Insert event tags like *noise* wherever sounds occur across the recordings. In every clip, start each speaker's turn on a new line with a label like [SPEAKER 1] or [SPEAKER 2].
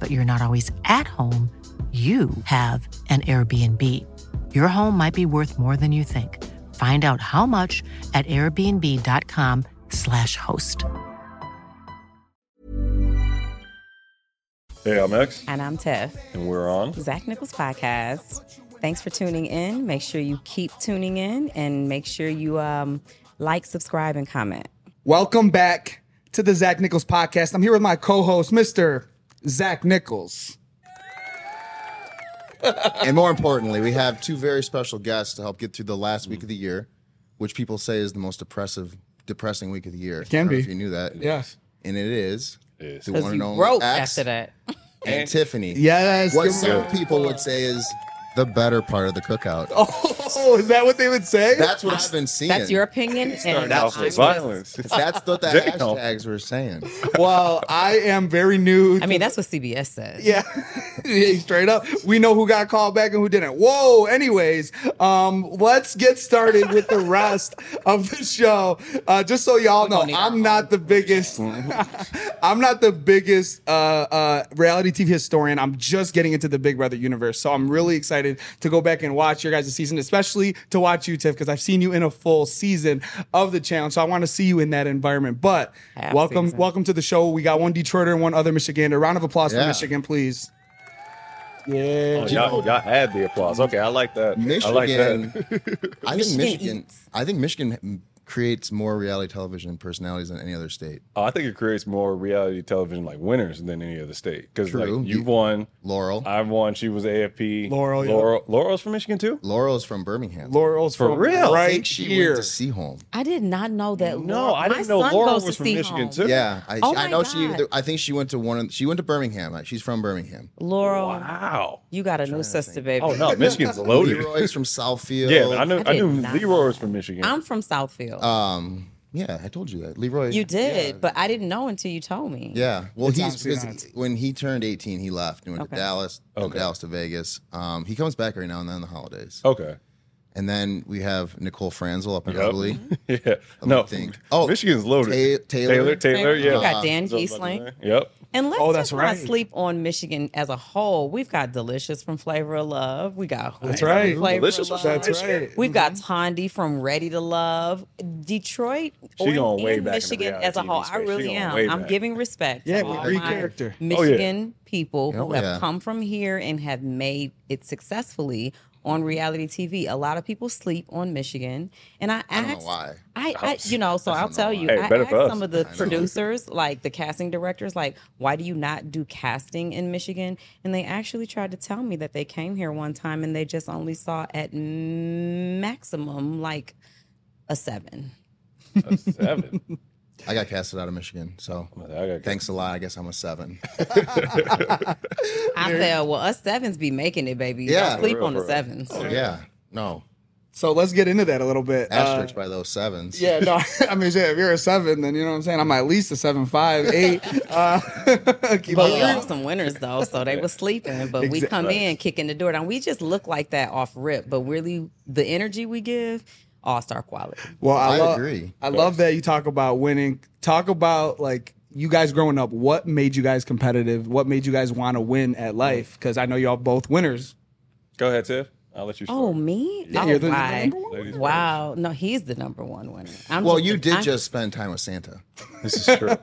[SPEAKER 1] but you're not always at home, you have an Airbnb. Your home might be worth more than you think. Find out how much at airbnb.com/slash host.
[SPEAKER 2] Hey, I'm X,
[SPEAKER 3] And I'm Tiff,
[SPEAKER 2] and we're on.
[SPEAKER 3] Zach Nichols Podcast. Thanks for tuning in. Make sure you keep tuning in and make sure you um, like, subscribe, and comment.
[SPEAKER 4] Welcome back to the Zach Nichols podcast. I'm here with my co-host, Mr. Zach Nichols.
[SPEAKER 5] and more importantly, we have two very special guests to help get through the last
[SPEAKER 2] Mm.
[SPEAKER 5] week of the year, which people say is the most oppressive, depressing week of the year.
[SPEAKER 4] can
[SPEAKER 5] I don't know
[SPEAKER 4] be.
[SPEAKER 5] If you knew that.
[SPEAKER 4] Yes.
[SPEAKER 5] And it is.
[SPEAKER 2] is.
[SPEAKER 5] The one and only
[SPEAKER 6] Broke
[SPEAKER 5] Axe
[SPEAKER 6] after that.
[SPEAKER 5] and Tiffany.
[SPEAKER 4] Yes.
[SPEAKER 5] What
[SPEAKER 4] give
[SPEAKER 5] some
[SPEAKER 4] me-
[SPEAKER 5] people would say is the better part of the cookout.
[SPEAKER 4] *laughs* Oh, is that what they would say?
[SPEAKER 5] That's what I've been seeing.
[SPEAKER 3] That's your opinion. and
[SPEAKER 2] Off
[SPEAKER 3] I'm
[SPEAKER 2] with
[SPEAKER 3] just-
[SPEAKER 2] violence.
[SPEAKER 5] That's what the
[SPEAKER 2] *laughs* Damn.
[SPEAKER 5] hashtags were saying.
[SPEAKER 4] well, I am very new.
[SPEAKER 3] I mean, that's what CBS says.
[SPEAKER 4] *laughs* yeah. Yeah, straight up. We know who got called back and who didn't. Whoa. Anyways, um, let's get started with the rest of the show. Uh, just so y'all know, I'm not the biggest. *laughs* I'm not the biggest uh, uh, reality TV historian. I'm just getting into the Big Brother universe, so I'm really excited to go back and watch your guys' season, especially to watch you, Tiff, because I've seen you in a full season of the challenge. So I want to see you in that environment. But
[SPEAKER 3] Half
[SPEAKER 4] welcome,
[SPEAKER 3] season.
[SPEAKER 4] welcome to the show. We got one Detroiter and one other Michigander. Round of applause for
[SPEAKER 5] Yeah.
[SPEAKER 4] Michigan, please. Yeah.
[SPEAKER 2] Oh, y'all, y'all had the applause. Okay, I like that. I like
[SPEAKER 5] Michigan.
[SPEAKER 2] that.
[SPEAKER 5] I, think
[SPEAKER 3] Michigan
[SPEAKER 4] *laughs*
[SPEAKER 5] Michigan.
[SPEAKER 3] eats.
[SPEAKER 5] I think Michigan creates more reality television personalities than any other state.
[SPEAKER 2] Oh, I think it creates more reality television like winners than any other state because like
[SPEAKER 5] True.
[SPEAKER 2] you won,
[SPEAKER 5] Laurel.
[SPEAKER 2] I won. She was AFP.
[SPEAKER 4] Laurel, yeah.
[SPEAKER 2] Laurel, Laurel's from Michigan too.
[SPEAKER 5] Laurel's from Birmingham.
[SPEAKER 4] Laurel's
[SPEAKER 2] For
[SPEAKER 4] from
[SPEAKER 2] real?
[SPEAKER 5] I
[SPEAKER 4] right
[SPEAKER 5] think she
[SPEAKER 4] here.
[SPEAKER 5] went to Seaholm.
[SPEAKER 3] I did not know that.
[SPEAKER 2] No,
[SPEAKER 3] Laurel-
[SPEAKER 2] I
[SPEAKER 3] my
[SPEAKER 2] didn't know
[SPEAKER 3] son
[SPEAKER 2] Laurel
[SPEAKER 3] goes
[SPEAKER 2] was
[SPEAKER 3] to
[SPEAKER 2] from Michigan
[SPEAKER 3] Seaholm.
[SPEAKER 2] too.
[SPEAKER 3] *laughs*
[SPEAKER 5] Yeah, I,
[SPEAKER 3] Oh
[SPEAKER 5] I
[SPEAKER 3] my
[SPEAKER 5] know
[SPEAKER 3] God.
[SPEAKER 5] she. I think she went to one. Of, she went to Birmingham. Like, She's from Birmingham.
[SPEAKER 3] Laurel,
[SPEAKER 2] Wow.
[SPEAKER 3] you got a new sister, baby.
[SPEAKER 2] Oh no,
[SPEAKER 5] *laughs*
[SPEAKER 2] Michigan's loaded.
[SPEAKER 5] Leroy's
[SPEAKER 2] *laughs*
[SPEAKER 5] from Southfield.
[SPEAKER 2] Yeah, I knew.
[SPEAKER 3] I
[SPEAKER 2] I, knew
[SPEAKER 3] did not
[SPEAKER 2] Leroy
[SPEAKER 3] know
[SPEAKER 2] was
[SPEAKER 3] that.
[SPEAKER 2] from Michigan.
[SPEAKER 3] I'm from Southfield.
[SPEAKER 2] Uh,
[SPEAKER 5] Um, yeah, I told you that Leroy.
[SPEAKER 3] you did,
[SPEAKER 5] yeah.
[SPEAKER 3] but I didn't know until you told me.
[SPEAKER 5] Yeah, well,
[SPEAKER 4] It's
[SPEAKER 5] he's
[SPEAKER 4] obviously
[SPEAKER 5] because
[SPEAKER 4] not.
[SPEAKER 5] he- when he turned 18, he left and went
[SPEAKER 3] Okay.
[SPEAKER 5] to Dallas, from
[SPEAKER 2] Okay. Oh.
[SPEAKER 5] Dallas to Vegas. Um, he comes back every now and then on the holidays.
[SPEAKER 2] okay. *laughs*
[SPEAKER 5] And then we have Nicole Franzel up in
[SPEAKER 2] Yep.
[SPEAKER 5] Italy.
[SPEAKER 3] Mm-hmm.
[SPEAKER 2] yeah. No. *laughs*
[SPEAKER 5] think.
[SPEAKER 2] Oh,
[SPEAKER 5] Oh,
[SPEAKER 2] Michigan's loaded.
[SPEAKER 5] Ta- Taylor?
[SPEAKER 2] Taylor, Taylor,
[SPEAKER 3] You
[SPEAKER 2] yeah.
[SPEAKER 3] got Dan
[SPEAKER 2] Something like
[SPEAKER 3] Geesling.
[SPEAKER 2] that. Yep.
[SPEAKER 3] And let's
[SPEAKER 4] Oh, that's
[SPEAKER 3] just not
[SPEAKER 4] right.
[SPEAKER 3] sleep on Michigan as a whole. We've got Delicious from Flavor of Love. We got Hoot
[SPEAKER 4] That's
[SPEAKER 3] from
[SPEAKER 4] right. Mm-hmm.
[SPEAKER 3] Flavor
[SPEAKER 2] Delicious
[SPEAKER 3] of Love.
[SPEAKER 2] was
[SPEAKER 4] That's right.
[SPEAKER 3] We've got Tondi from Ready to Love. Detroit
[SPEAKER 2] She
[SPEAKER 3] or-
[SPEAKER 2] going way
[SPEAKER 3] and
[SPEAKER 2] back in the
[SPEAKER 3] Michigan
[SPEAKER 2] reality
[SPEAKER 3] as a
[SPEAKER 2] TV
[SPEAKER 3] whole. I
[SPEAKER 2] space. She
[SPEAKER 3] really
[SPEAKER 2] going way
[SPEAKER 3] am. I'm
[SPEAKER 2] back. Oh,
[SPEAKER 3] giving respect
[SPEAKER 4] Yeah,
[SPEAKER 3] to all
[SPEAKER 4] great
[SPEAKER 3] my
[SPEAKER 4] character.
[SPEAKER 2] yeah.
[SPEAKER 3] Michigan people who
[SPEAKER 5] Oh,
[SPEAKER 3] have
[SPEAKER 5] yeah.
[SPEAKER 3] come from here and have made it successfully on reality TV. A lot of people sleep on Michigan. And I,
[SPEAKER 5] I don't know
[SPEAKER 3] asked-
[SPEAKER 5] why.
[SPEAKER 3] I, I
[SPEAKER 2] *laughs*
[SPEAKER 3] you know, so I'll
[SPEAKER 5] know
[SPEAKER 3] tell
[SPEAKER 5] why.
[SPEAKER 3] you,
[SPEAKER 2] Hey,
[SPEAKER 3] I
[SPEAKER 2] better
[SPEAKER 3] asked
[SPEAKER 2] for us.
[SPEAKER 3] some of the
[SPEAKER 5] I know.
[SPEAKER 3] producers, like the casting directors, like, why do you not do casting in Michigan? And they actually tried to tell me that they came here one time and they just only saw at maximum like a seven.
[SPEAKER 2] A seven. *laughs*
[SPEAKER 5] I got casted out of Michigan, so
[SPEAKER 2] I got-
[SPEAKER 5] thanks a lot. I guess I'm a seven. *laughs*
[SPEAKER 3] I said, well, us sevens be making it, baby.
[SPEAKER 5] Yeah.
[SPEAKER 3] Yeah, sleep
[SPEAKER 2] For real, Oh,
[SPEAKER 3] on the
[SPEAKER 2] for real.
[SPEAKER 3] sevens.
[SPEAKER 5] yeah, no,
[SPEAKER 4] So let's get into that a little bit. Uh,
[SPEAKER 5] Asterisks by those sevens.
[SPEAKER 4] yeah, no, *laughs* I mean, shit, if you're a seven, then you know what I'm saying. I'm at least a seven, five, eight. Uh, *laughs* keep
[SPEAKER 3] But we
[SPEAKER 4] it real.
[SPEAKER 3] off some winners though, so they were sleeping. But we
[SPEAKER 4] Exact-
[SPEAKER 3] come
[SPEAKER 4] right.
[SPEAKER 3] in kicking the door down. We just look like that off rip, but really the energy we give, all star quality.
[SPEAKER 4] Well, I,
[SPEAKER 5] I
[SPEAKER 4] lo-
[SPEAKER 5] agree.
[SPEAKER 4] I love that you talk about winning. Talk about like you guys growing up. What made you guys competitive? What made you guys want to win at life? Because I know y'all both winners.
[SPEAKER 2] Go ahead, Tiff. I'll let you start.
[SPEAKER 3] Oh me?
[SPEAKER 4] Yeah,
[SPEAKER 3] oh
[SPEAKER 4] you're the- you're the
[SPEAKER 3] why?
[SPEAKER 4] number one
[SPEAKER 2] winner.
[SPEAKER 3] Wow. No, he's the number one winner. I'm
[SPEAKER 5] Well,
[SPEAKER 3] just
[SPEAKER 5] you
[SPEAKER 3] the-
[SPEAKER 5] did
[SPEAKER 3] I'm-
[SPEAKER 5] just spend time with Santa.
[SPEAKER 2] This
[SPEAKER 3] *laughs*
[SPEAKER 2] is true.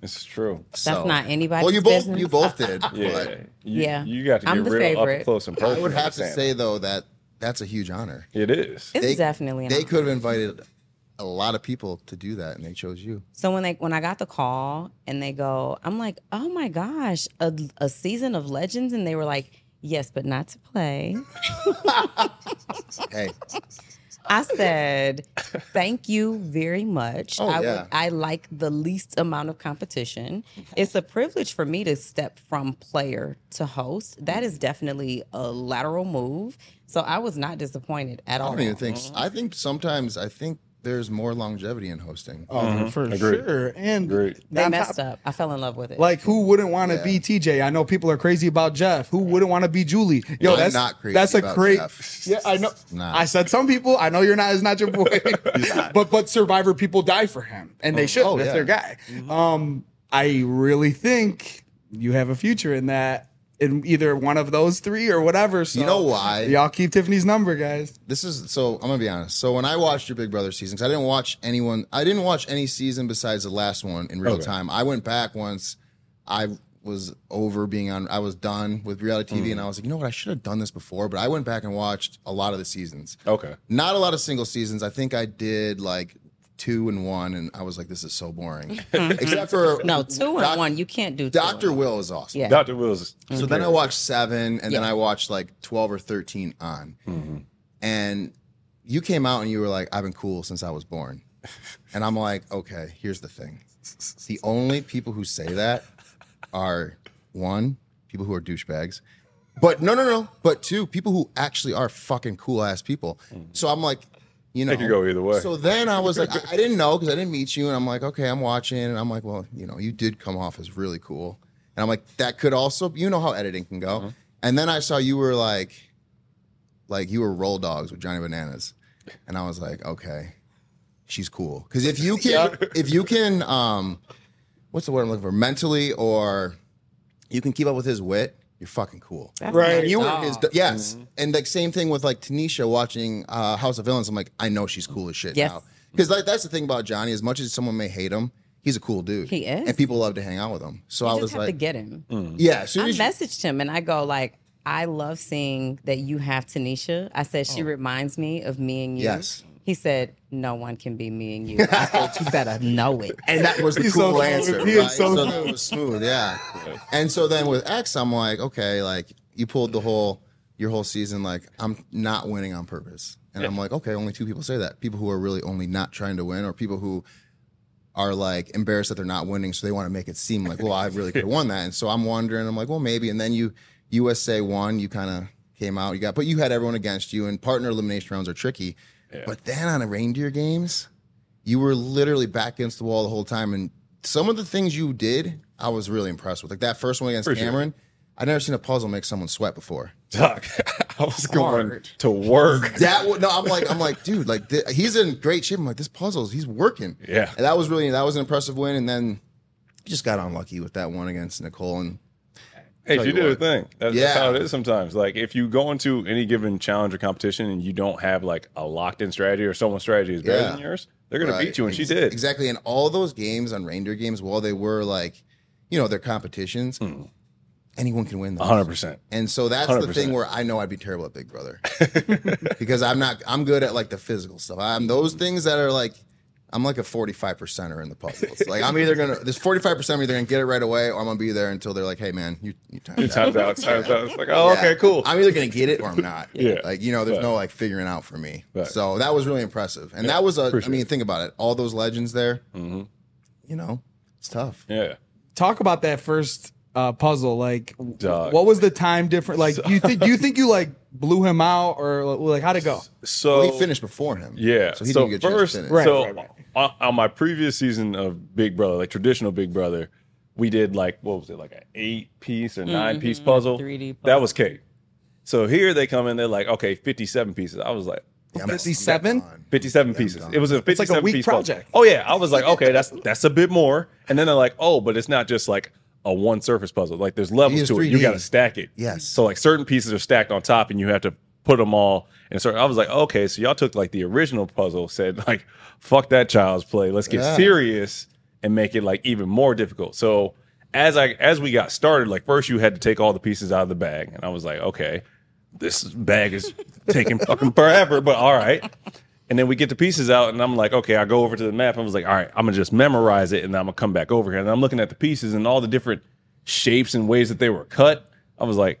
[SPEAKER 2] this is true.
[SPEAKER 3] That's
[SPEAKER 5] so-
[SPEAKER 3] not anybody's
[SPEAKER 5] Well, you both
[SPEAKER 3] business.
[SPEAKER 5] you both
[SPEAKER 3] *laughs*
[SPEAKER 5] did.
[SPEAKER 2] Yeah.
[SPEAKER 5] But
[SPEAKER 2] you,
[SPEAKER 3] Yeah.
[SPEAKER 2] You got to get
[SPEAKER 3] I'm the
[SPEAKER 2] real
[SPEAKER 3] favorite.
[SPEAKER 2] up close and
[SPEAKER 5] I
[SPEAKER 2] personal.
[SPEAKER 5] would have
[SPEAKER 2] with
[SPEAKER 5] to
[SPEAKER 2] Santa.
[SPEAKER 5] say though that that's a huge honor.
[SPEAKER 2] it is.
[SPEAKER 3] It's
[SPEAKER 5] They-
[SPEAKER 3] definitely an
[SPEAKER 5] They
[SPEAKER 3] honor.
[SPEAKER 5] could have invited a lot of people to do that, and they chose you.
[SPEAKER 3] So when they when I got the call and they go, I'm like, oh my gosh, a, a season of legends, and they were like, yes, but not to play.
[SPEAKER 5] *laughs* Hey,
[SPEAKER 3] I said, thank you very much.
[SPEAKER 5] Oh,
[SPEAKER 3] I, would-
[SPEAKER 5] yeah.
[SPEAKER 3] I like the least amount of competition. It's a privilege for me to step from player to host. That is definitely a lateral move. So I was not disappointed at
[SPEAKER 5] I
[SPEAKER 3] all.
[SPEAKER 5] don't even think. I think sometimes I think there's more longevity in hosting.
[SPEAKER 4] Oh, for sure. And
[SPEAKER 2] Agreed.
[SPEAKER 3] they
[SPEAKER 4] on
[SPEAKER 3] messed
[SPEAKER 4] top-
[SPEAKER 3] up. I fell in love with it.
[SPEAKER 4] Like who wouldn't want to
[SPEAKER 5] Yeah.
[SPEAKER 4] be TJ? I know people are crazy about Jeff. Who wouldn't want to be Julie? Yo,
[SPEAKER 5] I'm
[SPEAKER 4] that's
[SPEAKER 5] not crazy
[SPEAKER 4] That's a
[SPEAKER 5] about
[SPEAKER 4] great.
[SPEAKER 5] Jeff.
[SPEAKER 4] *laughs* Yeah, I know.
[SPEAKER 5] Nah.
[SPEAKER 4] I said some people. I know you're not. It's not
[SPEAKER 5] *laughs*
[SPEAKER 4] your boy. but but Survivor people die for him, and they should.
[SPEAKER 5] oh,
[SPEAKER 4] that's
[SPEAKER 5] yeah.
[SPEAKER 4] their guy. Um, I really think you have a future in that. In either one of those three or whatever. So
[SPEAKER 5] You know why?
[SPEAKER 4] Y'all keep Tiffany's number, guys.
[SPEAKER 5] This is so. I'm gonna be honest. So when I watched your Big Brother season, 'cause I didn't watch anyone. I didn't watch any season besides the last one in real time. I went back once. I was over being on. I was done with reality TV, and I was like, you know what? I should have done this before. But I went back and watched a lot of the seasons.
[SPEAKER 2] Okay.
[SPEAKER 5] Not a lot of single seasons. I think I did like two and one, and I was like, this is so boring. Except for
[SPEAKER 3] no, two and
[SPEAKER 5] Doc-
[SPEAKER 3] one. You can't do two and
[SPEAKER 5] Doctor
[SPEAKER 3] one.
[SPEAKER 5] Will is awesome.
[SPEAKER 3] Yeah.
[SPEAKER 2] Dr. Wills.
[SPEAKER 5] So then I watched seven, and then
[SPEAKER 3] Yeah.
[SPEAKER 5] I watched like twelve or thirteen on, and you came out and you were like, "I've been cool since I was born," *laughs* and I'm like, "Okay, here's the thing: the only people who say that are one, people who are douchebags, but no, no, no, but two, people who actually are fucking cool ass people." So I'm like. You know,
[SPEAKER 2] Mm. could go either way.
[SPEAKER 5] So then I was like, I, I didn't know because I didn't meet you, and I'm like, okay, I'm watching, and I'm like, well, you know, you did come off as really cool, and I'm like, that could also, you know, how editing can
[SPEAKER 2] Mm-hmm.
[SPEAKER 5] go. And then I saw you were like, like you were roll dogs with Johnny Bananas, and I was like, okay, she's cool. Because if you can, *laughs* if you can, um, what's the word I'm looking for? Mentally, or you can keep up with his wit, you're fucking cool.
[SPEAKER 3] That's
[SPEAKER 4] Right.
[SPEAKER 3] not
[SPEAKER 5] And you were
[SPEAKER 3] at
[SPEAKER 5] his,
[SPEAKER 3] all.
[SPEAKER 5] yes. And like same thing with like Tanisha watching uh, House of Villains. I'm like, I know she's cool as shit
[SPEAKER 3] Yes.
[SPEAKER 5] now. Because like that's the thing about Johnny. As much as someone may hate him, he's a cool dude.
[SPEAKER 3] He is.
[SPEAKER 5] and people love to hang out with him. So I
[SPEAKER 3] You
[SPEAKER 5] was
[SPEAKER 3] just have
[SPEAKER 5] like, mm.
[SPEAKER 3] to get him.
[SPEAKER 5] yeah. As soon
[SPEAKER 3] I
[SPEAKER 5] as you-
[SPEAKER 3] messaged him and I go like, I love seeing that you have Tanisha. I said she reminds me of me and you.
[SPEAKER 5] Oh. Yes.
[SPEAKER 3] He said, "No one can be me
[SPEAKER 5] *laughs*
[SPEAKER 3] and you." I said, "You better know it."
[SPEAKER 5] and that was the cool
[SPEAKER 4] He's so smooth.
[SPEAKER 5] answer.
[SPEAKER 4] He is
[SPEAKER 5] right?
[SPEAKER 4] so
[SPEAKER 5] that was smooth, yeah. And so then with X, I'm like, okay, like you pulled the whole your whole season. Like I'm not winning on purpose, and I'm like, okay, only two people say that. People who are really only not trying to win, or people who are like embarrassed that they're not winning, so they want to make it seem like, well, I really could have won that. And so I'm wondering, I'm like, well, maybe. And then you USA won, you kind of came out, you got, but you had everyone against you, and partner elimination rounds are tricky. But then on the reindeer games, you were literally back against the wall the whole time, and some of the things you did, I was really impressed with. Like that first one against
[SPEAKER 2] Appreciate it.
[SPEAKER 5] Cameron, I've never seen a puzzle make someone sweat
[SPEAKER 2] *laughs*
[SPEAKER 5] before.
[SPEAKER 2] Doc. I was going to work.
[SPEAKER 5] That wa- no, I'm like, I'm like, dude, like th- he's in great shape. I'm like, this puzzle's, he's working.
[SPEAKER 2] Yeah.
[SPEAKER 5] and that was really that was an impressive win. And then you just got unlucky with that one against Nicole. And
[SPEAKER 2] Hey,
[SPEAKER 5] Tell
[SPEAKER 2] she
[SPEAKER 5] you
[SPEAKER 2] did her
[SPEAKER 5] what.
[SPEAKER 2] thing. That's,
[SPEAKER 5] Yeah.
[SPEAKER 2] that's how it is sometimes. Like if you go into any given challenge or competition and you don't have like a locked in strategy or someone's strategy is better
[SPEAKER 5] Yeah.
[SPEAKER 2] than yours, they're gonna
[SPEAKER 5] Right.
[SPEAKER 2] beat you. And she
[SPEAKER 5] Ex-
[SPEAKER 2] did.
[SPEAKER 5] exactly. And all those games on reindeer games, while they were like, you know, they're competitions, anyone can win. Those.
[SPEAKER 2] Hmm. hundred percent.
[SPEAKER 5] And so that's the
[SPEAKER 2] 100%.
[SPEAKER 5] thing where I know I'd be terrible at Big Brother *laughs* because I'm not. I'm good at like the physical stuff. I'm those things that are like. I'm like a 45 percenter in the
[SPEAKER 2] *laughs*
[SPEAKER 5] puzzles. Like I'm either gonna this 45 percent. I'm either gonna get it right away, or I'm gonna be there until they're like, "Hey man, you you timed out."
[SPEAKER 2] Times
[SPEAKER 5] *laughs*
[SPEAKER 2] out, times out. It's like,
[SPEAKER 5] Yeah.
[SPEAKER 2] oh, okay, cool.
[SPEAKER 5] I'm either gonna get it or I'm not.
[SPEAKER 2] *laughs* Yeah.
[SPEAKER 5] Like, you know, there's
[SPEAKER 2] Right.
[SPEAKER 5] no like figuring out for me.
[SPEAKER 2] Right.
[SPEAKER 5] So that was really impressive. And that was a. I
[SPEAKER 2] appreciate
[SPEAKER 5] mean,
[SPEAKER 2] it. Mm-hmm.
[SPEAKER 5] think about it. All those legends there, you know, it's tough.
[SPEAKER 2] yeah.
[SPEAKER 4] Talk about that first uh, puzzle. Like, w- what was the time difference? Like, you think you think you like blew him out, or like how'd it go?
[SPEAKER 2] So
[SPEAKER 5] Well, he finished before him.
[SPEAKER 2] Yeah.
[SPEAKER 5] So he didn't get a chance to
[SPEAKER 2] first,
[SPEAKER 5] finish.
[SPEAKER 4] Right,
[SPEAKER 2] so
[SPEAKER 4] right, right.
[SPEAKER 2] On, on my previous season of Big Brother, like traditional Big Brother, we did like what was it, like an eight piece
[SPEAKER 4] Mm-hmm.
[SPEAKER 2] or 9 piece puzzle.
[SPEAKER 3] 3D
[SPEAKER 2] That was cake. So here they come in, they're like, okay, fifty-seven pieces. I was like,
[SPEAKER 5] Yeah, I'm-
[SPEAKER 4] 57?
[SPEAKER 5] I'm gone.
[SPEAKER 2] 57
[SPEAKER 5] Yeah, I'm
[SPEAKER 2] pieces.
[SPEAKER 5] done.
[SPEAKER 2] It was a 57
[SPEAKER 4] like a week
[SPEAKER 2] piece puzzle.
[SPEAKER 4] project.
[SPEAKER 2] Oh yeah, I was like, okay,
[SPEAKER 5] *laughs*
[SPEAKER 2] that's that's a bit more. And then they're like, oh, but it's not just like a one surface puzzle. Like there's levels
[SPEAKER 5] is
[SPEAKER 2] to it. You
[SPEAKER 5] 3D.
[SPEAKER 2] got to stack it.
[SPEAKER 5] Yes.
[SPEAKER 2] So like certain pieces are stacked on top, and you have to put them all. And so I was like, okay, so y'all took like the original puzzle, said like, fuck that child's play. Let's get
[SPEAKER 5] Yeah.
[SPEAKER 2] serious and make it like even more difficult. So as I as we got started, like first you had to take all the pieces out of the bag, and I was like, okay, this bag is taking fucking forever, but all right. And then we get the pieces out, and I'm like, okay, I go over to the map. I was like, all right, I'm gonna just memorize it, and I'm gonna come back over here. And I'm looking at the pieces and all the different shapes and ways that they were cut. I was like,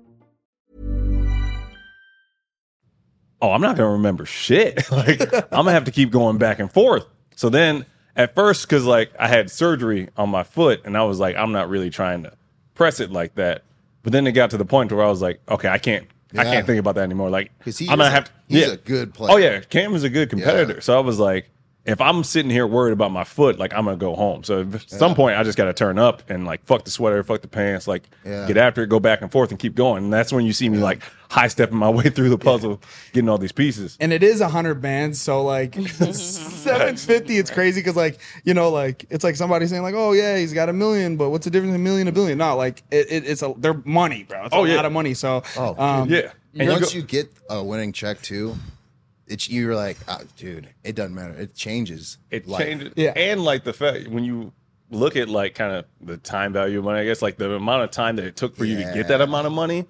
[SPEAKER 2] oh, I'm not gonna remember shit. *laughs* Like I'm gonna have to keep going back and forth. So then at first, because like I had surgery on my foot, and I was like, I'm not really trying to press it like that. But then it got to the point where I was like, okay, I can't,
[SPEAKER 5] Yeah.
[SPEAKER 2] I can't think about that anymore. Like
[SPEAKER 5] 'Cause he
[SPEAKER 2] I'm gonna
[SPEAKER 5] is a-
[SPEAKER 2] have to.
[SPEAKER 5] he's a good player.
[SPEAKER 2] Oh yeah, Cam is a good competitor. So I was like, if I'm sitting here worried about my foot, like I'm gonna go home. So at some point, I just got to turn up and like fuck the sweater, fuck the pants, like
[SPEAKER 5] Yeah.
[SPEAKER 2] get after it, go back and forth, and keep going. And that's when you see me like high stepping my *laughs* way through the puzzle, getting all these pieces.
[SPEAKER 4] and it is a hundred bands, so like seven fifty, it's crazy because like you know, like it's like somebody saying like, oh yeah, he's got a million, but what's the difference between a million and a billion? No, like it, it, it's a they're money, bro. It's
[SPEAKER 2] Oh,
[SPEAKER 4] a
[SPEAKER 2] yeah.
[SPEAKER 4] lot of money. So
[SPEAKER 5] Oh,
[SPEAKER 4] um,
[SPEAKER 2] Yeah. And you
[SPEAKER 5] Once
[SPEAKER 2] go-
[SPEAKER 5] you, get a winning check too, it's you're like, ah, dude, it doesn't matter. It changes.
[SPEAKER 2] it
[SPEAKER 5] life.
[SPEAKER 2] changes.
[SPEAKER 4] Yeah.
[SPEAKER 2] And like the fact when you look at like kind of the time value of money, I guess like the amount of time that it took for you to get that amount of money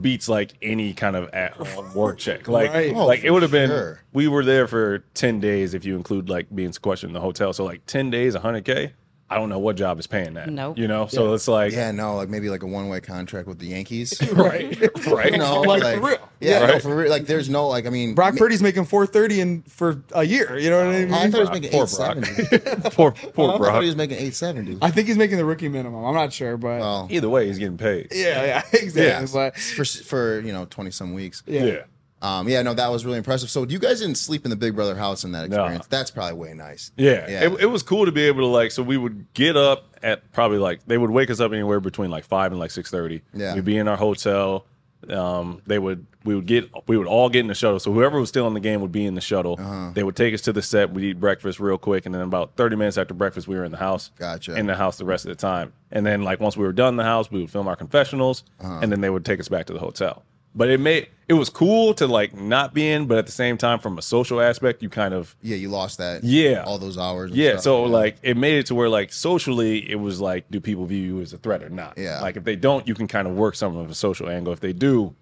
[SPEAKER 2] beats like any kind of at home
[SPEAKER 5] *laughs*
[SPEAKER 2] work check. Like,
[SPEAKER 4] Right.
[SPEAKER 5] Oh,
[SPEAKER 2] like it
[SPEAKER 5] for
[SPEAKER 2] would have been,
[SPEAKER 5] sure.
[SPEAKER 2] we were there for 10 days if you include like being sequestered in the hotel. So like 10 days, 100K. I don't know what job is paying that.
[SPEAKER 3] Nope.
[SPEAKER 2] You know, so it's like,
[SPEAKER 5] Yeah, no, like maybe like a one way contract with the Yankees.
[SPEAKER 2] *laughs* right, right.
[SPEAKER 5] You know,
[SPEAKER 4] Like, for real.
[SPEAKER 5] Yeah,
[SPEAKER 2] Yeah.
[SPEAKER 5] no, for real. Like there's no like I mean
[SPEAKER 4] Brock
[SPEAKER 5] ma-
[SPEAKER 4] Purdy's making four thirty in for a year. You know what I mean?
[SPEAKER 5] I
[SPEAKER 4] I,
[SPEAKER 5] thought he was
[SPEAKER 2] Brock.
[SPEAKER 5] making
[SPEAKER 2] uh, Poor
[SPEAKER 5] eight
[SPEAKER 2] Brock. *laughs*
[SPEAKER 5] seventy.
[SPEAKER 2] poor,
[SPEAKER 5] *laughs*
[SPEAKER 2] poor
[SPEAKER 5] I thought
[SPEAKER 2] Brock.
[SPEAKER 5] he was making eight seventy.
[SPEAKER 4] think he's making the rookie minimum. I'm not sure, but
[SPEAKER 5] Well,
[SPEAKER 2] Either way, he's getting paid.
[SPEAKER 4] yeah, yeah, *laughs* exactly.
[SPEAKER 5] yeah,
[SPEAKER 4] But
[SPEAKER 5] for for you know twenty some weeks.
[SPEAKER 4] yeah.
[SPEAKER 5] Um, yeah, no, that was really impressive. So you guys didn't sleep in the Big Brother house in that
[SPEAKER 2] No.
[SPEAKER 5] experience. That's probably way nice.
[SPEAKER 2] Yeah,
[SPEAKER 5] yeah.
[SPEAKER 2] It, it was cool to be able to like. So we would get up at probably like they would wake us up anywhere between like five and like six thirty.
[SPEAKER 5] Yeah.
[SPEAKER 2] we'd be in our hotel. Um, they would we would get we would all get in the shuttle. So whoever was still in the game would be in the shuttle.
[SPEAKER 5] Uh-huh.
[SPEAKER 2] They would take us to the set. We'd eat breakfast real quick, and then about thirty minutes after breakfast, we were in the house.
[SPEAKER 5] Gotcha.
[SPEAKER 2] In the house the rest of the time, and then like once we were done in the house, we would film our confessionals,
[SPEAKER 5] Uh-huh.
[SPEAKER 2] and then they would take us back to the hotel. But it made it was cool to like not be in, but at the same time, from a social aspect, you kind of
[SPEAKER 5] yeah, you lost that.
[SPEAKER 2] Yeah.
[SPEAKER 5] all those hours. and
[SPEAKER 2] yeah,
[SPEAKER 5] stuff.
[SPEAKER 2] so like it made it to where like socially it was like, do people view you as a threat or not?
[SPEAKER 5] Yeah.
[SPEAKER 2] Like if they don't, you can kind of work some of a social angle. If they do,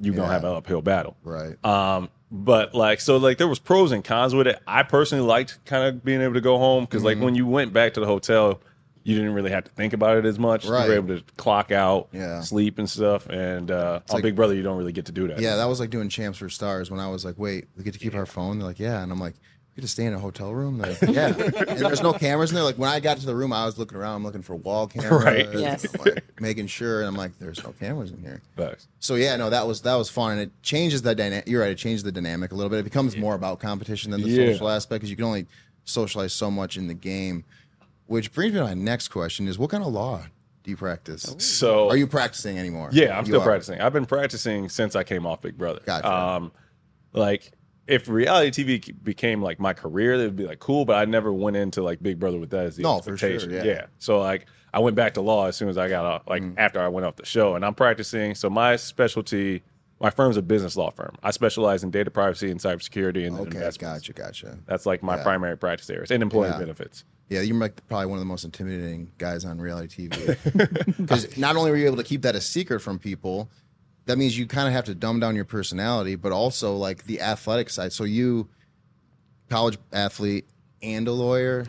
[SPEAKER 2] you're gonna have an uphill battle.
[SPEAKER 5] right.
[SPEAKER 2] Um, but like so like there was pros and cons with it. I personally liked kind of being able to go home because
[SPEAKER 5] Mm-hmm.
[SPEAKER 2] like when you went back to the hotel, you didn't really have to think about it as much. You
[SPEAKER 5] Right.
[SPEAKER 2] were able to clock out,
[SPEAKER 5] Yeah.
[SPEAKER 2] sleep and stuff. And uh on
[SPEAKER 5] like-
[SPEAKER 2] Big Brother, you don't really get to do that.
[SPEAKER 5] Yeah, that was like doing champs for stars when I was like, wait, we get to keep our phone. They're like, yeah, and I'm like, we get to stay in a hotel room. They're
[SPEAKER 2] *laughs*
[SPEAKER 5] like, yeah, and there's no cameras in there. Like when I got to the room, I was looking around, I'm looking for wall cameras,
[SPEAKER 2] *laughs* Right.
[SPEAKER 3] Yes.
[SPEAKER 5] I'm, like, making sure. And I'm like, there's no cameras in here.
[SPEAKER 2] But-
[SPEAKER 5] So yeah, no, that was that was fun, and it changes the dynamic. You're right, it changes the dynamic a little bit. It becomes more about competition than the
[SPEAKER 2] Yeah.
[SPEAKER 5] social aspect because you can only socialize so much in the game. Which brings me to my next question: Is what kind of law do you practice?
[SPEAKER 2] So-
[SPEAKER 5] are you practicing anymore?
[SPEAKER 2] Yeah, I'm
[SPEAKER 5] You
[SPEAKER 2] still
[SPEAKER 5] are.
[SPEAKER 2] practicing. I've been practicing since I came off Big Brother.
[SPEAKER 5] Gotcha.
[SPEAKER 2] Um, like if reality TV c- became like my career, that would be like cool. But I never went into like Big Brother with that as the
[SPEAKER 5] No, for sure,
[SPEAKER 2] expectation.
[SPEAKER 5] yeah. Mm.
[SPEAKER 2] So like I went back to law as soon as I got off, like after I went off the show, and I'm practicing. So my specialty, my firm's a business law firm. I specialize in data privacy and cybersecurity and
[SPEAKER 5] Okay,
[SPEAKER 2] investments.
[SPEAKER 5] gotcha, gotcha.
[SPEAKER 2] That's like my
[SPEAKER 5] Yeah.
[SPEAKER 2] primary practice areas and employee
[SPEAKER 5] Yeah.
[SPEAKER 2] benefits.
[SPEAKER 5] Yeah, you're like probably one of the most intimidating guys on reality TV. Because not only were you able to keep that a secret from people, that means you kind of have to dumb down your personality, but also like the athletic side. So you, college athlete and a lawyer,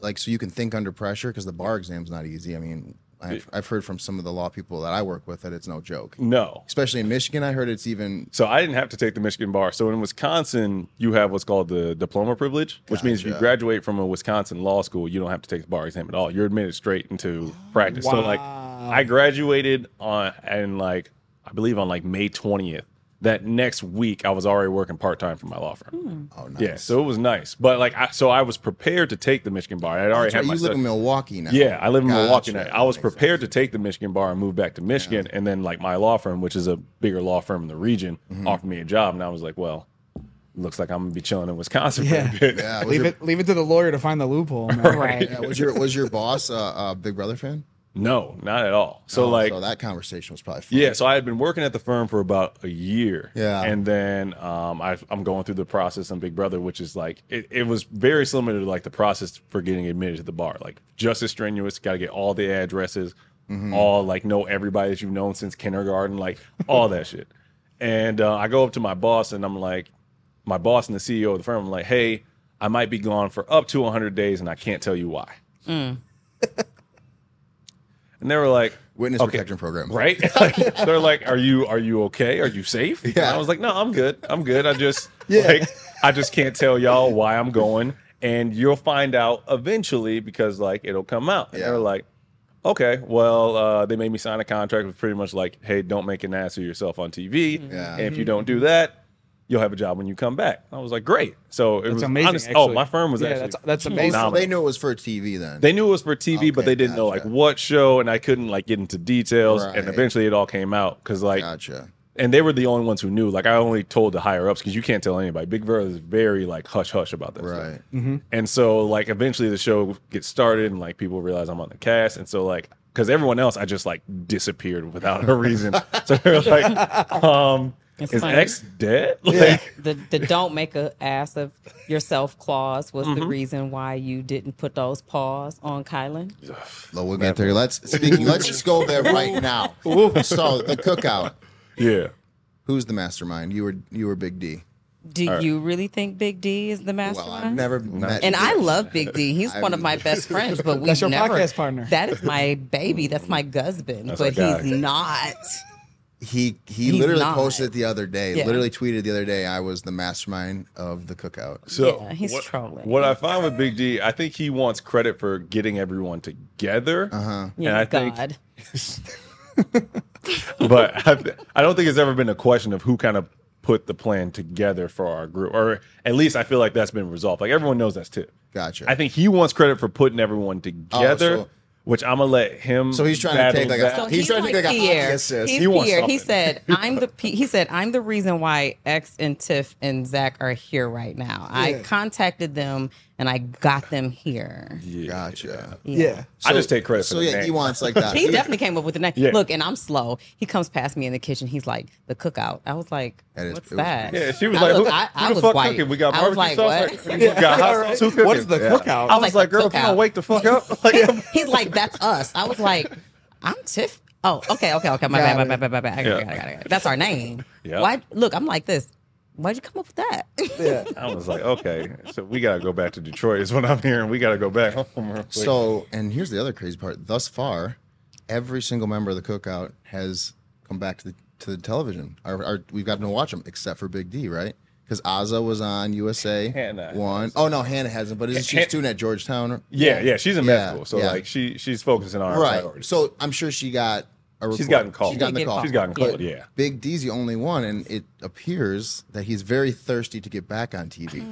[SPEAKER 5] like so you can think under pressure because the bar exam's not easy. I mean, I've, I've heard from some of the law people that I work with that it's no joke.
[SPEAKER 2] No,
[SPEAKER 5] Especially in Michigan, I heard it's even
[SPEAKER 2] So I didn't have to take the Michigan bar. So in Wisconsin, you have what's called the diploma privilege, which means if you
[SPEAKER 5] Gotcha.
[SPEAKER 2] graduate from a Wisconsin law school, you don't have to take the bar exam at all. You're admitted straight into practice. So like I graduated on and like I believe on like May 20th. That next week I was already working part-time for my law firm.
[SPEAKER 5] oh nice.
[SPEAKER 2] Yeah, so it was nice. But like I, so I was prepared to take the Michigan bar. I'd already
[SPEAKER 5] That's right,
[SPEAKER 2] had my
[SPEAKER 5] you live
[SPEAKER 2] stuff-
[SPEAKER 5] in Milwaukee now.
[SPEAKER 2] yeah, I live in Milwaukee now.
[SPEAKER 5] Gotcha.
[SPEAKER 2] I was prepared to take the Michigan bar and move back to Michigan, and then like my law firm, which is a bigger law firm in the region,
[SPEAKER 5] Mm-hmm.
[SPEAKER 2] offered me a job, and I was like, well, looks like I'm gonna be chilling in Wisconsin for
[SPEAKER 4] Yeah.
[SPEAKER 2] a bit.
[SPEAKER 5] Yeah, was
[SPEAKER 4] Leave
[SPEAKER 5] your,
[SPEAKER 4] it leave it to the lawyer to find the loophole. man.
[SPEAKER 3] Right.
[SPEAKER 5] yeah, was your was your boss a uh, uh, Big Brother fan?
[SPEAKER 2] *laughs* No, not at all. So
[SPEAKER 5] Oh,
[SPEAKER 2] like,
[SPEAKER 5] so that conversation was probably fun.
[SPEAKER 2] yeah, so I had been working at the firm for about a year,
[SPEAKER 5] Yeah.
[SPEAKER 2] and then um, I, I'm going through the process on Big Brother, which is like it, it was very similar to like the process for getting admitted to the bar, like just as strenuous. Got to get all the addresses,
[SPEAKER 5] Mm-hmm.
[SPEAKER 2] all like know everybody that you've known since kindergarten, like all that shit. And uh, I go up to my boss and I'm like, my boss and the CEO of the firm, I'm like, hey, I might be gone for up to 100 days and I can't tell you why. *laughs* and they were like,
[SPEAKER 5] Witness
[SPEAKER 2] okay,
[SPEAKER 5] protection program.
[SPEAKER 2] right? *laughs* Like, they're like, "Are you are you okay? Are you safe?" And
[SPEAKER 5] Yeah.
[SPEAKER 2] I was like, "No, I'm good. I'm good.
[SPEAKER 5] *laughs*
[SPEAKER 2] I just
[SPEAKER 4] Yeah.
[SPEAKER 2] like I just can't tell y'all why I'm going, and you'll find out eventually because like it'll come out." And
[SPEAKER 5] Yeah.
[SPEAKER 2] they're like, "Okay, well, uh, they made me sign a contract with pretty much like, hey, don't make an ass of yourself on TV.
[SPEAKER 5] Mm-hmm. Yeah.
[SPEAKER 2] And if you don't do that." You'll have a job when you come back. I was like, great. So it
[SPEAKER 4] That's
[SPEAKER 2] was
[SPEAKER 4] amazing.
[SPEAKER 2] honest- oh,
[SPEAKER 4] actually.
[SPEAKER 2] my firm was
[SPEAKER 4] yeah,
[SPEAKER 2] actually
[SPEAKER 4] That's,
[SPEAKER 2] *laughs*
[SPEAKER 4] that's amazing.
[SPEAKER 5] So
[SPEAKER 2] phenomenal.
[SPEAKER 5] they knew it was for TV then.
[SPEAKER 2] they knew it was for TV, but
[SPEAKER 5] Okay,
[SPEAKER 2] they didn't know like
[SPEAKER 5] gotcha.
[SPEAKER 2] what show, and I couldn't like get into details. And
[SPEAKER 5] Right.
[SPEAKER 2] eventually, it all came out because like,
[SPEAKER 5] gotcha.
[SPEAKER 2] and they were the only ones who knew. Like, I only told the higher ups because you can't tell anybody. Big Brother is very like hush hush about that. stuff.
[SPEAKER 5] Right.
[SPEAKER 2] And so like eventually the show gets started, and like people realize I'm on the cast, and so like because everyone else I just like disappeared without
[SPEAKER 5] *laughs*
[SPEAKER 2] a reason. so they're like, um,
[SPEAKER 3] It's
[SPEAKER 2] is
[SPEAKER 3] funny.
[SPEAKER 2] X dead? Like,
[SPEAKER 3] *laughs* the the don't make a ass of yourself clause was
[SPEAKER 5] Mm-hmm.
[SPEAKER 3] the reason why you didn't put those paws on Kylan.
[SPEAKER 5] Well, we'll get there. Let's
[SPEAKER 2] *laughs*
[SPEAKER 5] speaking. let's just go there right now. So the cookout.
[SPEAKER 2] yeah.
[SPEAKER 5] Who's the mastermind? You were you were Big D.
[SPEAKER 3] Do you really think Big D is the mastermind?
[SPEAKER 5] Well, I've never met.
[SPEAKER 3] and
[SPEAKER 5] you.
[SPEAKER 3] I love Big
[SPEAKER 5] *laughs*
[SPEAKER 3] D. He's one of my best friends, but we
[SPEAKER 4] That's your
[SPEAKER 3] never.
[SPEAKER 4] podcast partner.
[SPEAKER 3] That is my baby. That's
[SPEAKER 5] Mm-hmm.
[SPEAKER 3] my husband,
[SPEAKER 2] That's
[SPEAKER 3] but
[SPEAKER 2] our
[SPEAKER 3] he's
[SPEAKER 2] guy.
[SPEAKER 3] not.
[SPEAKER 5] He he
[SPEAKER 3] He's
[SPEAKER 5] literally
[SPEAKER 3] not.
[SPEAKER 5] posted it the other day.
[SPEAKER 3] Yeah.
[SPEAKER 5] Literally tweeted the other day. I was the mastermind of the cookout.
[SPEAKER 2] So
[SPEAKER 3] Yeah, he's
[SPEAKER 2] what,
[SPEAKER 3] trolling.
[SPEAKER 2] What I find with Big D, I think he wants credit for getting everyone together. Uh-huh.
[SPEAKER 3] Yeah,
[SPEAKER 2] I
[SPEAKER 3] God.
[SPEAKER 2] think- *laughs* But I, th- I don't think it's ever been a question of who kind of put the plan together for our group, or at least I feel like that's been resolved. Like everyone knows that's Tip.
[SPEAKER 5] Gotcha. Oh,
[SPEAKER 2] I think he wants credit for putting everyone together,
[SPEAKER 5] so-
[SPEAKER 2] which I'm gonna let him.
[SPEAKER 5] So he's trying to
[SPEAKER 2] battle
[SPEAKER 5] take, like, a-
[SPEAKER 2] that.
[SPEAKER 3] So
[SPEAKER 5] He's
[SPEAKER 3] he's,
[SPEAKER 5] trying to
[SPEAKER 3] like
[SPEAKER 5] think I got
[SPEAKER 3] Pierre.
[SPEAKER 5] the assist.
[SPEAKER 3] He's
[SPEAKER 2] He wants
[SPEAKER 3] Pierre. He
[SPEAKER 2] something. *laughs*
[SPEAKER 3] said, "I'm the." P-, he said, "I'm the reason why X and Tiff and Zach are here right now. I contacted them and I got them here.
[SPEAKER 5] Gotcha.
[SPEAKER 4] yeah.
[SPEAKER 2] I just take credit.
[SPEAKER 5] So
[SPEAKER 2] for the
[SPEAKER 5] yeah,
[SPEAKER 2] name.
[SPEAKER 5] he wants like that.
[SPEAKER 3] He definitely came up with the name.
[SPEAKER 2] Yeah.
[SPEAKER 3] Look, and I'm slow. He comes past me in the kitchen. He's like, "The cookout." I was like,
[SPEAKER 5] That is-
[SPEAKER 3] "What's
[SPEAKER 5] it was-
[SPEAKER 3] that?"
[SPEAKER 2] Yeah, she was
[SPEAKER 3] I
[SPEAKER 2] like,
[SPEAKER 3] look-
[SPEAKER 2] "Who,
[SPEAKER 3] I- I
[SPEAKER 2] who
[SPEAKER 3] was
[SPEAKER 2] the fuck
[SPEAKER 3] white.
[SPEAKER 2] cooking? We got
[SPEAKER 3] I was
[SPEAKER 2] barbecue sauce.
[SPEAKER 3] like, what?
[SPEAKER 2] Like, *laughs* we got
[SPEAKER 5] *laughs*
[SPEAKER 2] hot sauce. Who cooking?
[SPEAKER 4] What is the cookout?
[SPEAKER 2] I was
[SPEAKER 3] Like
[SPEAKER 2] like,
[SPEAKER 3] the
[SPEAKER 2] girl, if you
[SPEAKER 3] cookout.
[SPEAKER 2] don't wake the
[SPEAKER 3] *laughs*
[SPEAKER 2] fuck up, *laughs* like, I'm
[SPEAKER 3] He's like, that's us. I was like, I'm Tiff. Oh, okay, okay, okay. My bad, my bad, my bad, my bad. I got it, I got it, I got it. That's our name.
[SPEAKER 2] Yeah.
[SPEAKER 3] Why? Look, I'm like this. Why'd you come up with that? *laughs*
[SPEAKER 2] I was like, okay, so we gotta go back to Detroit. Is what I'm hearing. We gotta go back *laughs* home. real quick.
[SPEAKER 5] So, and here's the other crazy part. Thus far, every single member of the cookout has come back to the to the television. Our, our, we've gotten to watch them, except for Big D, right? Because Azza was on USA
[SPEAKER 2] Hannah
[SPEAKER 5] One. Oh no, Hannah hasn't. But is she
[SPEAKER 2] Han-
[SPEAKER 5] student at Georgetown?
[SPEAKER 2] yeah, yeah, she's in
[SPEAKER 5] Yeah,
[SPEAKER 2] med school, so
[SPEAKER 5] yeah.
[SPEAKER 2] like she she's focusing on her
[SPEAKER 5] Right.
[SPEAKER 2] priorities.
[SPEAKER 5] So I'm sure she got a
[SPEAKER 2] She's
[SPEAKER 5] recording.
[SPEAKER 2] gotten called.
[SPEAKER 5] She's gotten
[SPEAKER 2] She
[SPEAKER 5] the
[SPEAKER 2] did get
[SPEAKER 5] call.
[SPEAKER 2] She's gotten called,
[SPEAKER 5] But
[SPEAKER 2] yeah.
[SPEAKER 5] Big D's the only one, and it appears that he's very thirsty to get back on TV.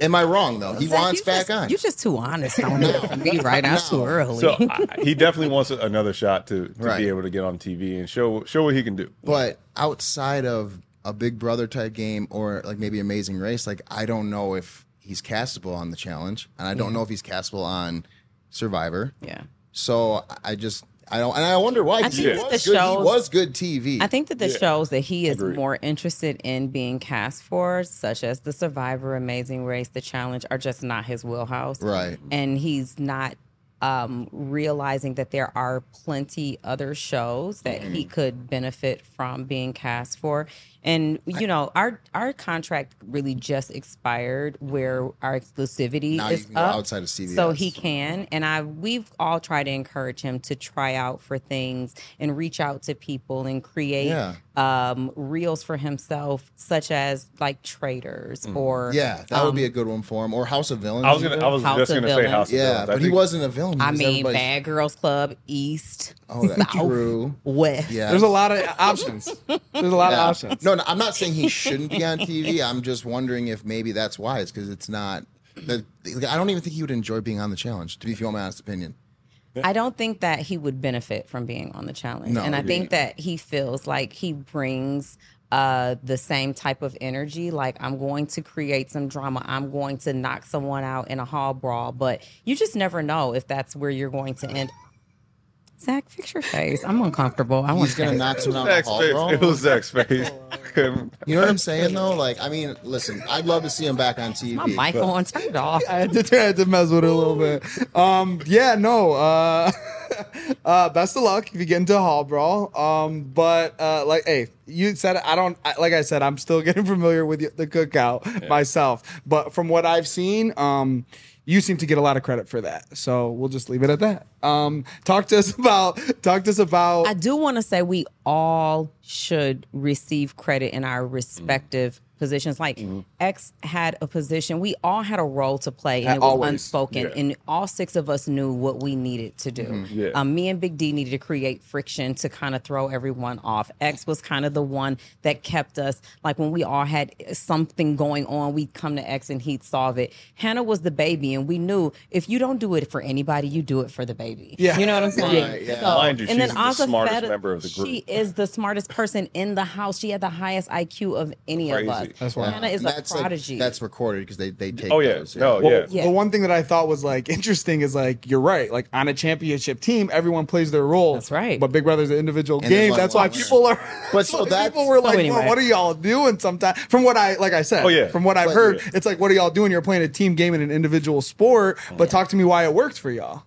[SPEAKER 5] Am I wrong though? He
[SPEAKER 3] Hmm. Zach,
[SPEAKER 5] wants
[SPEAKER 3] you
[SPEAKER 5] back
[SPEAKER 3] just-
[SPEAKER 5] on.
[SPEAKER 3] You just too honest on it for me right now.
[SPEAKER 2] *laughs*
[SPEAKER 3] Too early.
[SPEAKER 2] So I, he definitely wants another shot to, to
[SPEAKER 5] Right.
[SPEAKER 2] be able to get on TV and show show what he can do.
[SPEAKER 5] But outside of a Big Brother type game or like maybe Amazing Race, like I don't know if he's castable on the challenge, and I don't know if he's castable on Survivor.
[SPEAKER 3] Yeah.
[SPEAKER 5] So I- I just I don't, and I wonder why.
[SPEAKER 3] I
[SPEAKER 5] 'cause he,
[SPEAKER 3] think
[SPEAKER 5] was
[SPEAKER 3] that
[SPEAKER 5] good,
[SPEAKER 3] the
[SPEAKER 5] he
[SPEAKER 3] shows-
[SPEAKER 5] was good TV.
[SPEAKER 3] I think that this
[SPEAKER 5] Yeah.
[SPEAKER 3] shows that he is
[SPEAKER 5] Agreed.
[SPEAKER 3] more interested in being cast for, such as the Survivor, Amazing Race, the Challenge, are just not his wheelhouse.
[SPEAKER 5] Right.
[SPEAKER 3] And he's not um, realizing that there are plenty other shows that
[SPEAKER 5] Mm-hmm.
[SPEAKER 3] he could benefit from being cast for. And you know, our our contract really just expired, where our exclusivity
[SPEAKER 5] Now
[SPEAKER 3] is
[SPEAKER 5] you can go
[SPEAKER 3] up.
[SPEAKER 5] outside of
[SPEAKER 3] So
[SPEAKER 5] CVS.
[SPEAKER 3] he can and i we've all tried to encourage him to try out for things and reach out to people and create
[SPEAKER 5] Yeah.
[SPEAKER 3] um reels for himself such as like traders or
[SPEAKER 5] Mm-hmm. yeah, that would
[SPEAKER 3] um,
[SPEAKER 5] be a good one for him. Or House of Villains.
[SPEAKER 2] I was gonna- I was
[SPEAKER 3] House just of gonna say Villains. House of
[SPEAKER 5] yeah,
[SPEAKER 3] Villains. I
[SPEAKER 5] but he
[SPEAKER 3] think-
[SPEAKER 5] wasn't a villain. He
[SPEAKER 3] i
[SPEAKER 5] was
[SPEAKER 3] mean
[SPEAKER 5] everybody's-
[SPEAKER 3] bad girls club east
[SPEAKER 5] Oh, that's
[SPEAKER 3] *laughs* south
[SPEAKER 5] true.
[SPEAKER 3] west
[SPEAKER 5] Yeah,
[SPEAKER 4] There's a lot of options. There's a lot
[SPEAKER 5] Yeah.
[SPEAKER 4] of options.
[SPEAKER 5] No, no, I'm not saying he shouldn't be on TV. *laughs* I'm just wondering if maybe that's why. It's because it's not. That, like, I don't even think he would enjoy being on the challenge. To be my honest opinion,
[SPEAKER 3] I don't think that he would benefit from being on the challenge.
[SPEAKER 5] No,
[SPEAKER 3] and I
[SPEAKER 5] he
[SPEAKER 3] think that he feels like he brings uh, the same type of energy. Like, I'm going to create some drama. I'm going to knock someone out in a hall brawl. But you just never know if that's where you're going to end. Zach, fix your face. I'm uncomfortable. I want
[SPEAKER 5] he's gonna knock someone out in the
[SPEAKER 2] Zach's
[SPEAKER 5] hall,
[SPEAKER 2] face.
[SPEAKER 5] bro.
[SPEAKER 2] It was Zach's *laughs* face. Couldn't-
[SPEAKER 5] You know what I'm saying though? Like, I mean, listen, I'd love to see him back on TV.
[SPEAKER 3] my mic
[SPEAKER 5] but-
[SPEAKER 3] on. Turn it off.
[SPEAKER 4] I had to try to mess with it a little bit. Um, yeah, no. Uh, *laughs* uh, best of luck if you get into Hall Brawl. Um, but uh, like, hey, you said it, I don't. I, like I said, I'm still *laughs* getting familiar with the cookout myself. But from what I've seen, um, you seem to get a lot of credit for that. So we'll just leave it at that. Um, talk to us *laughs* about. Talk to us about.
[SPEAKER 3] I do want to say we all should receive credit in our respective positions. Like
[SPEAKER 4] Mm-hmm.
[SPEAKER 3] X had a position, we all had a role to play, and
[SPEAKER 4] Uh,
[SPEAKER 3] it was
[SPEAKER 4] always.
[SPEAKER 3] unspoken.
[SPEAKER 2] Yeah.
[SPEAKER 3] And all six of us knew what we needed to do.
[SPEAKER 4] Mm-hmm.
[SPEAKER 2] Yeah.
[SPEAKER 3] Um, me and Big D needed to create friction to kind of throw everyone off. X was kind of the one that kept us. Like when we all had something going on, we'd come to X and he'd solve it. Hannah was the baby, and we knew if you don't do it for anybody, you do it for the baby.
[SPEAKER 4] Yeah.
[SPEAKER 3] you know what I'm saying.
[SPEAKER 5] Right, yeah.
[SPEAKER 2] Mind you, she's the
[SPEAKER 3] Azza
[SPEAKER 2] smartest
[SPEAKER 3] Feta-
[SPEAKER 2] member of the group.
[SPEAKER 3] She is the smartest person in the house. She had the highest IQ of any
[SPEAKER 2] Crazy.
[SPEAKER 3] of us.
[SPEAKER 4] That's why-
[SPEAKER 3] Hannah is
[SPEAKER 5] and that's
[SPEAKER 3] a
[SPEAKER 5] like-
[SPEAKER 3] prodigy.
[SPEAKER 5] that's recorded because they they take.
[SPEAKER 2] Oh yeah.
[SPEAKER 5] those,
[SPEAKER 2] No. Yeah.
[SPEAKER 3] Yeah.
[SPEAKER 4] The one thing that I thought was like *laughs* interesting is like you're right. Like on a championship team, everyone plays their role.
[SPEAKER 3] That's right.
[SPEAKER 4] But Big Brother's an individual
[SPEAKER 5] And there's
[SPEAKER 4] game.
[SPEAKER 5] only
[SPEAKER 4] That's
[SPEAKER 5] one
[SPEAKER 4] why
[SPEAKER 5] winner.
[SPEAKER 4] people are.
[SPEAKER 5] But
[SPEAKER 4] *laughs* But
[SPEAKER 5] so
[SPEAKER 4] so
[SPEAKER 5] that's-
[SPEAKER 4] people were like,
[SPEAKER 3] anyway.
[SPEAKER 4] well, "What are y'all doing?" Sometimes from what I like, I said.
[SPEAKER 2] Oh, yeah.
[SPEAKER 4] From what I've
[SPEAKER 5] But-
[SPEAKER 4] heard,
[SPEAKER 2] yeah.
[SPEAKER 4] it's like, "What are y'all doing? You're playing a team game in an individual sport." But talk to me why it worked for y'all.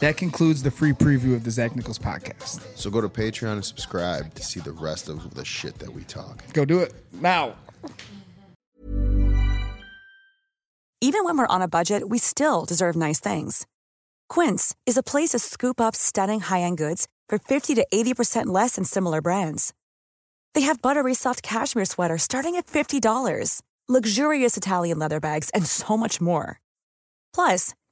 [SPEAKER 7] That concludes the free preview of the Zach Nichols podcast.
[SPEAKER 5] So go to Patreon and subscribe to see the rest of the shit that we talk.
[SPEAKER 7] Go do it now.
[SPEAKER 6] Even when we're on a budget, we still deserve nice things. Quince is a place to scoop up stunning high end goods for 50 to 80% less than similar brands. They have buttery soft cashmere sweaters starting at $50, luxurious Italian leather bags, and so much more. Plus,